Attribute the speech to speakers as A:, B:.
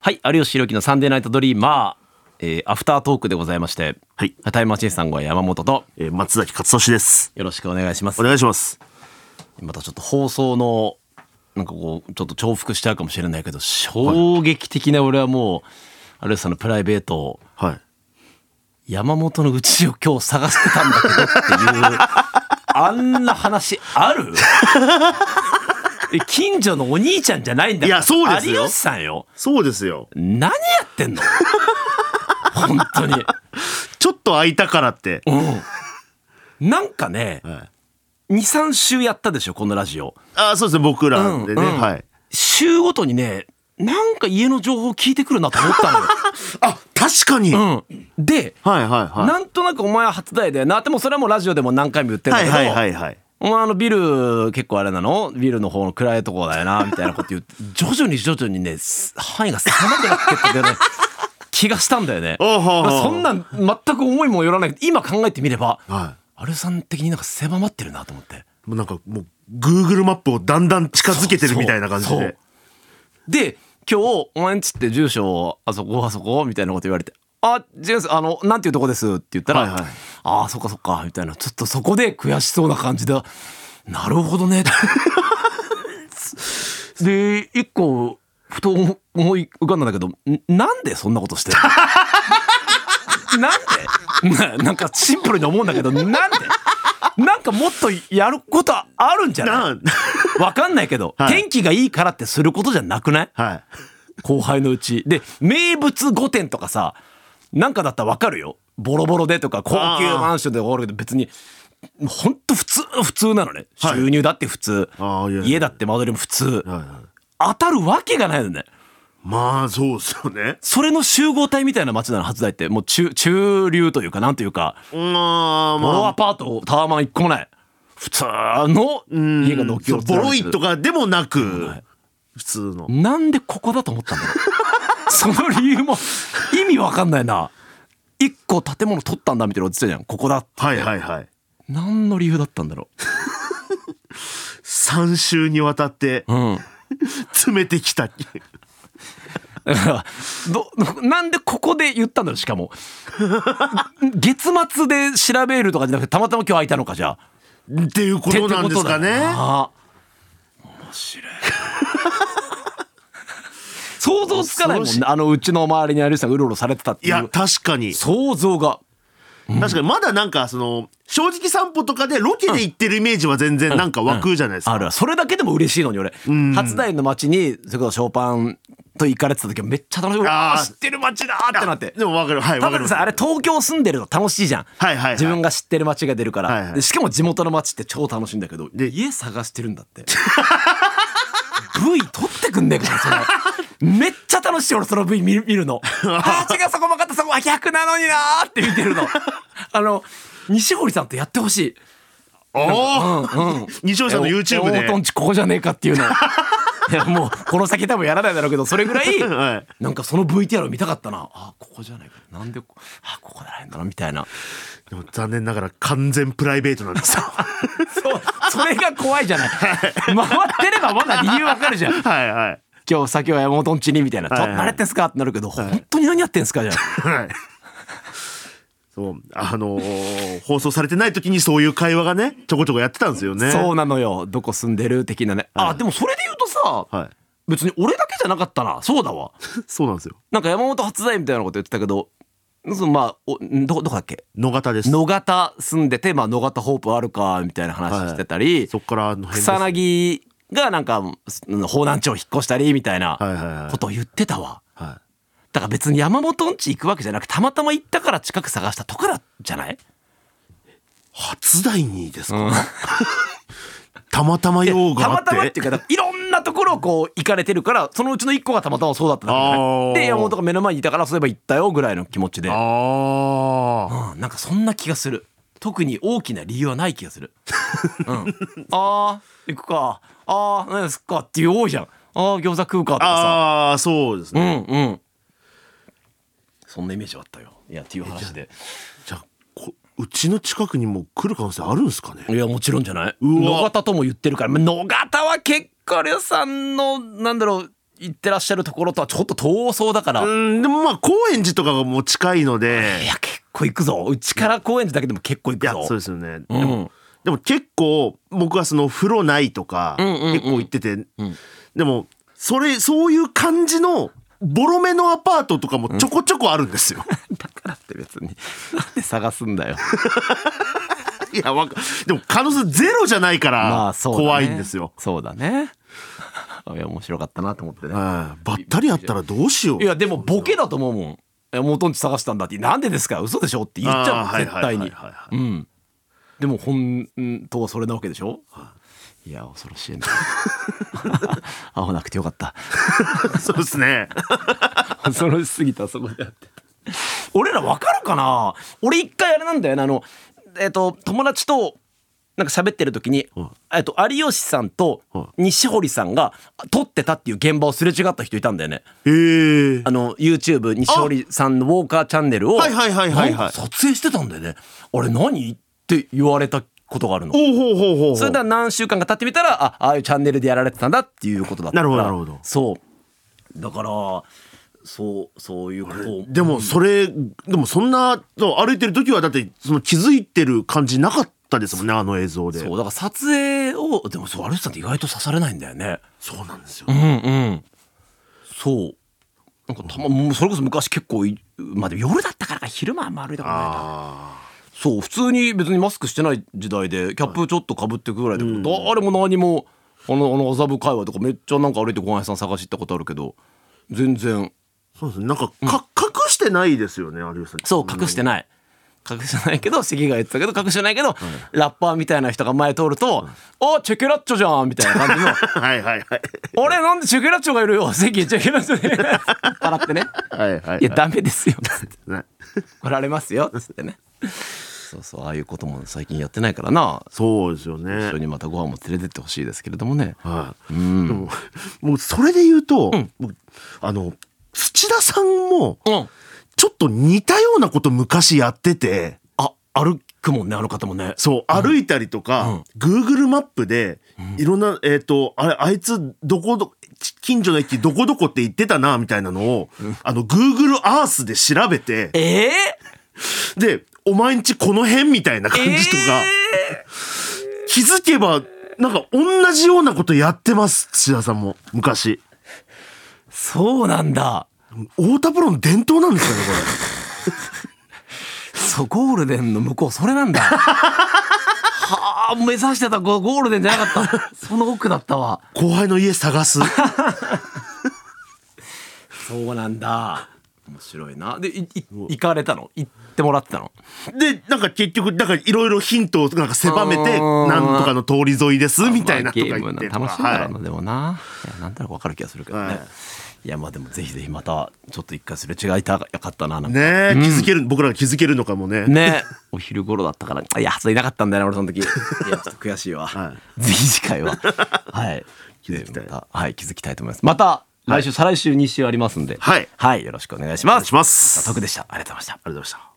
A: はい有吉弘樹のサンデーナイトドリーマー、えー、アフタートークでございまして
B: はい
A: タイムマシーンさんは山本と
B: えー松崎勝利です。
A: よろしくお願いします
B: お願いします。
A: またちょっと放送のなんかこうちょっと重複しちゃうかもしれないけど衝撃的な俺はもう有吉さんのプライベートを
B: はい。
A: 山本のうちを今日探してたんだけどっていうあんな話あ るえ近所のお兄ちゃんじゃないんだから
B: いやそうです
A: 有
B: よ
A: 吉さんよ
B: そうですよ。
A: 何やってんの本当に
B: ちょっと空いたからって。
A: うんなんかね、
B: はい
A: 23週やったでしょこのラジオ
B: あー、そうですね。僕らでね。
A: うんうん
B: はい。
A: 週ごとにねなんか家の情報聞いてくるなと思ったのよ
B: あ、確かに。はい
A: うん、で、
B: はいは
A: なんとなくお前は初代だよなでもそれはもうラジオでも何回も言って
B: い。
A: るん
B: は
A: だけ
B: い
A: ど、
B: はいはいはい。
A: お前あのビル結構あれなのビルの方の暗いとこだよなみたいなこと 言って徐々に徐々にねす範囲が狭くなってってたよね気がしたんだよね
B: おうおうおう
A: だからそんなん全く思いもよらない今考えてみれば、
B: は
A: アルさん的になんか狭まってるなと思って
B: い。もうなんかもう Google マップをだんだん近づけてるみたいな感じ
A: そうそう
B: で。
A: で今日「お前んちって住所あそこあそこ?」みたいなこと言われて「あ違いますあのなんていうとこです」って言ったら「
B: はいはい
A: ああそっかそっか」みたいなちょっとそこで悔しそうな感じだなるほど ねで一個ふと思思い浮かんだんだけどんなんでそんなことしてるの なんでななんかシンプルに思うんだけどなんでなんかもっとやることあるんじゃない
B: なん
A: わかんないけど、
B: はい
A: 天気がいいからってすることじゃなくない
B: はい。
A: 後輩のうち。で、名物御殿とかさ、なんかだったらわかるよ。ボロボロでとか、高級マンションで終わるけど、別に、ほんと普通の普通なのね。
B: はい
A: 収入だって普通。
B: ああいやいや
A: 家だって間取りも普通。
B: はいはい。
A: 当たるわけがないのね。
B: まあそうですよね。
A: それの集合体みたいな街なの、初台って。もう中、中流というか、なんというか、
B: まあ
A: ボロア
B: まあ。
A: パート、タワーマン一個もない。普通の家が軒
B: そ
A: を連
B: う
A: ねて
B: ボ
A: る
B: ロいとかでもなく、普通の。
A: なんでここだと思ったんだろ うその理由も意味わかんないな一個建物取ったんだみたいなこと言ってたじゃんここだ
B: はいはいはい。
A: 何の理由だったんだろ
B: 3週にわたって
A: ううん
B: 詰めてきた。
A: だから どなんでここで言ったんだろうしか も月末で調べるとかじゃなくてたまたま今日空いたのかじゃあ
B: っていうことな
A: っ
B: んですか
A: てことだよ
B: ね。
A: な面白い 想像つかないもんね
B: 恐
A: あのうちの周りに有吉さんがうろうろされてたって
B: い
A: い
B: や
A: う
B: 確かに
A: 想像が
B: 確かにまだなんかその「正直散歩」とかでロケで行ってるイメージは全然なんか湧くじゃないですか、
A: あるわそれだけでも嬉しいのに俺初台の街にそれこそショーパンと行かれてた時はめっちゃ楽しみ
B: あー
A: ああ知ってる街だーってなって
B: でもわかるはい
A: た
B: わか
A: だ
B: る
A: でさあれ東京住んでると楽しいじゃん、
B: はいはいはい
A: 自分が知ってる街が出るから、
B: はいはい
A: でしかも地元の街って超楽しいんだけど
B: で
A: 家探してるんだって V 取ってくんねえからそれめっちゃ楽しい俺その V 見る見るのあー違うそこ分かったそこは逆なのになーって見てるのあの西堀さんとやってほしい
B: おお、
A: うんうん
B: 西尾さんの YouTube
A: えお大トン
B: で
A: チここじゃねえかっていう のいやもうこの先多分やらないだろうけどそれぐらい
B: はい
A: なんかその VTR を見たかったなあここじゃないかなんでこあここじゃないんだなみたいな
B: でも残念ながら完全プライベートなん ですよ
A: そうそれが怖いじゃない回ってればまだ理由わかるじゃん
B: はいはい
A: 今日先は山本んちにみたいな「ちょっと
B: はいはい
A: 慣れてんすか?」ってなるけど本当に何やってんすかじゃん
B: はいそうあのー放送されてない時にそういう会話がねちょこちょこやってたんですよね
A: そうなのよどこ住んでる的なねあでもそれで言うとさ
B: はい
A: 別に俺だけじゃなかったなそうだわ
B: そうなんですよ
A: なんか山本初代みたいなこと言ってたけどそのまあおんどこどこだっけ
B: 野方です
A: 野方住んでて、まあ、野方ホープあるかみたいな話してたり、
B: そっからあの辺です
A: 草薙がなんかうん方南町引っ越したりみたい
B: はいはいは
A: ないことを言ってたわ
B: は
A: だから別に山本んち行くわけじゃなくたまたま行ったから近く探したとかだじゃない
B: い、初代にですか、 たまたま用
A: た
B: があ
A: ま
B: って
A: たまっていうかだからいろんなところをこう行かれてるからそのうちの1個がたまたまそうだっただけじゃない
B: あー
A: で山本が目の前にいたからそういえば行ったよぐらいの気持ちで、
B: ああ
A: うん、なんかそんな気がする特に大きな理由はない気がする、うん、あー行くかあー何ですかっていう多いじゃんあー餃子食うかとかさ
B: ああーそうです
A: う
B: ね、
A: んうんそんなイメージはあったよいやっていう話で
B: じゃあこうちの近くにも来る可能性あるんですかね
A: いやもちろんじゃないう
B: わ
A: 野方とも言ってるからまあ野方は結構有吉さんのなんだろう行ってらっしゃるところとはちょっと遠そうだから、
B: う
A: い
B: ん、でもまあ、高円寺とかがもう近いので、
A: や結構行くぞうちから高円寺だけでも結構行
B: い
A: く
B: や
A: ぞ、
B: そうですよね。
A: うん
B: でも、でも結構、僕はその、風呂ないとか、
A: んうんうん
B: 結構行ってて、でも、それ、そういう感じの、ボロめのアパートとかもちょこちょこある んですよ。
A: だからって別になんで探すんだよ
B: いや、わか、でも可能性ゼロじゃないか
A: まあ
B: ら、
A: そうだね
B: 怖いんですよ。
A: そうだね いや面白かったなと思ってね
B: はいばったりやったらどうしよう。
A: いやでもボケだと思うもんえ元んち探したんだってなんでですか嘘でしょって言っちゃうも
B: あー
A: ん絶対
B: はい
A: に
B: はいはいは
A: う
B: い
A: んでも本当はそれなわけでしょ、い、や恐ろしい な会わなくてよかった
B: そうですね。
A: 恐ろしすぎたそこであって俺らわかるかな俺一回あれなんだよねあのえっ、と友達となんか喋ってる時に、
B: うん
A: えっと有吉さんと
B: うん
A: 西堀さんが撮ってたっていう現場をすれ違った人いたんだよね
B: へえ。
A: あの YouTube 西堀さんのウォーカーチャンネルを
B: はいはいはいはいはい
A: なんか撮影してたんだよねあれ何って言われたことがあるの
B: おうほうほうほうほう。
A: それでは何週間か経ってみたらあああいうチャンネルでやられてたんだっていうことだったから
B: なるほどなるほど
A: そうだからそうそういうことを
B: でもそれ、でもそんなそう歩いてる時はだってその気づいてる感じなかったですもんねあの映像で
A: そうだから撮影をでもそう有吉さんって意外と刺されないんだよね
B: そうなんですよ、
A: うんうんそうなんかたまもうそれこそ昔結構いまあでも夜だったからか昼間はあんま歩いたことないな
B: あ
A: そう普通に別にマスクしてない時代でキャップちょっとかぶってくぐらいだけど、誰も何もあのあの麻布界隈とかめっちゃなんか歩いてご飯屋さん探し行ったことあるけど全然
B: ーそうですねなんかか、隠してないですよね有吉さん
A: そう隠してない隠してないけど関が言ってたけど隠してないけど、ラッパーみたいな人が前通ると「あチェケラッチョじゃん」みたいな感じ の
B: はいはいはい
A: 「あれなんでチェケラッチョがいるよ関チェケラッチョで」笑ってね「
B: はいはい
A: いやダメ ですよ」つって
B: ね
A: 来られますよ」つってねそうそうああいうことも最近やってないからな
B: そうですよ
A: 一緒
B: ね
A: にまたご飯も連れてってほしいですけれどもね。
B: はい、でももうそれで言うと、僕あの土田さんも
A: うん。
B: ちょっと似たようなこと昔やってて
A: あ、歩くもんね、あの方もね。
B: そう歩いたりとか、Google マップでいろんな、えっ、とあれあいつどこどち近所の駅どこどこって言ってたなみたいなのを、あの Google アースで調べて
A: ええ
B: でお前んちこの辺みたいな感じとか、気づけばなんか同じようなことやってます土田さんも昔
A: そうなんだ。
B: 太田プロの伝統なんですよねこ
A: そう、ゴールデンの向こう、それなん だ。はあ、目指してたゴゴールデンじゃなかった。その奥だったわ。
B: れ後輩の家探す
A: そうなんだ。面白いな。で、い、い行かれたの行ってもらってたの
B: でなんか結局なんかいろいろヒントをなんか狭めて
A: うーん
B: なんとかの通り沿いですみたいなとか言
A: まあ
B: っ
A: ゲ
B: て
A: ームな楽しいんだろうな、
B: はい
A: でもな。いや、なんとなくわかる気がするけどね。
B: はい
A: い、や、まあでもぜひぜひまた、ちょっと一回すれ違いたかったな、なんか。
B: ねえ、気づける僕らが気づけるのかもね
A: ね お昼頃だったからあいやそういなかったんだよな俺その時いやちょっと悔しいわ、
B: は
A: ぜひ次回ははい
B: 気づきたい
A: でまはい気づきたいと思いますまた来週、再来週2週ありますんで
B: はい
A: はい、よろしくお願いしま
B: お願い
A: す
B: します
A: 徳でしたありがとうございました
B: ありがとうございました